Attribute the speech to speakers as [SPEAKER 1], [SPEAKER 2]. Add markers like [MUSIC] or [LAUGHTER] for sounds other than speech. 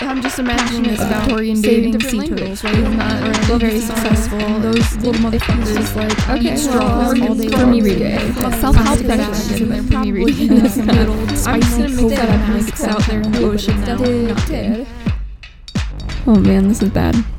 [SPEAKER 1] I'm just imagining this
[SPEAKER 2] about
[SPEAKER 1] Uh, Victorian
[SPEAKER 2] saving
[SPEAKER 1] dating sea
[SPEAKER 2] different
[SPEAKER 1] turtles, right? It's not
[SPEAKER 2] Love
[SPEAKER 1] very
[SPEAKER 2] is hard.
[SPEAKER 1] successful.
[SPEAKER 2] And
[SPEAKER 1] Those little motherfuckers, like,
[SPEAKER 2] okay,
[SPEAKER 1] eat
[SPEAKER 2] well,
[SPEAKER 1] straws
[SPEAKER 2] we're
[SPEAKER 1] all day
[SPEAKER 2] gonna for me
[SPEAKER 1] long.
[SPEAKER 2] read it.
[SPEAKER 1] But
[SPEAKER 2] Yeah.
[SPEAKER 1] Self-help
[SPEAKER 2] Yeah.
[SPEAKER 1] sessions, and
[SPEAKER 2] Yeah.
[SPEAKER 1] they're probably reading [LAUGHS]
[SPEAKER 2] Yeah.
[SPEAKER 1] this good old
[SPEAKER 2] I'm
[SPEAKER 1] spicy
[SPEAKER 2] just gonna
[SPEAKER 1] Coke
[SPEAKER 2] mix
[SPEAKER 1] that
[SPEAKER 2] it up
[SPEAKER 1] I'm
[SPEAKER 2] and
[SPEAKER 1] like,
[SPEAKER 2] mix
[SPEAKER 1] it's
[SPEAKER 2] it
[SPEAKER 1] out there in the ocean now.
[SPEAKER 2] Did-
[SPEAKER 1] Nothing.
[SPEAKER 2] Oh man, this is bad.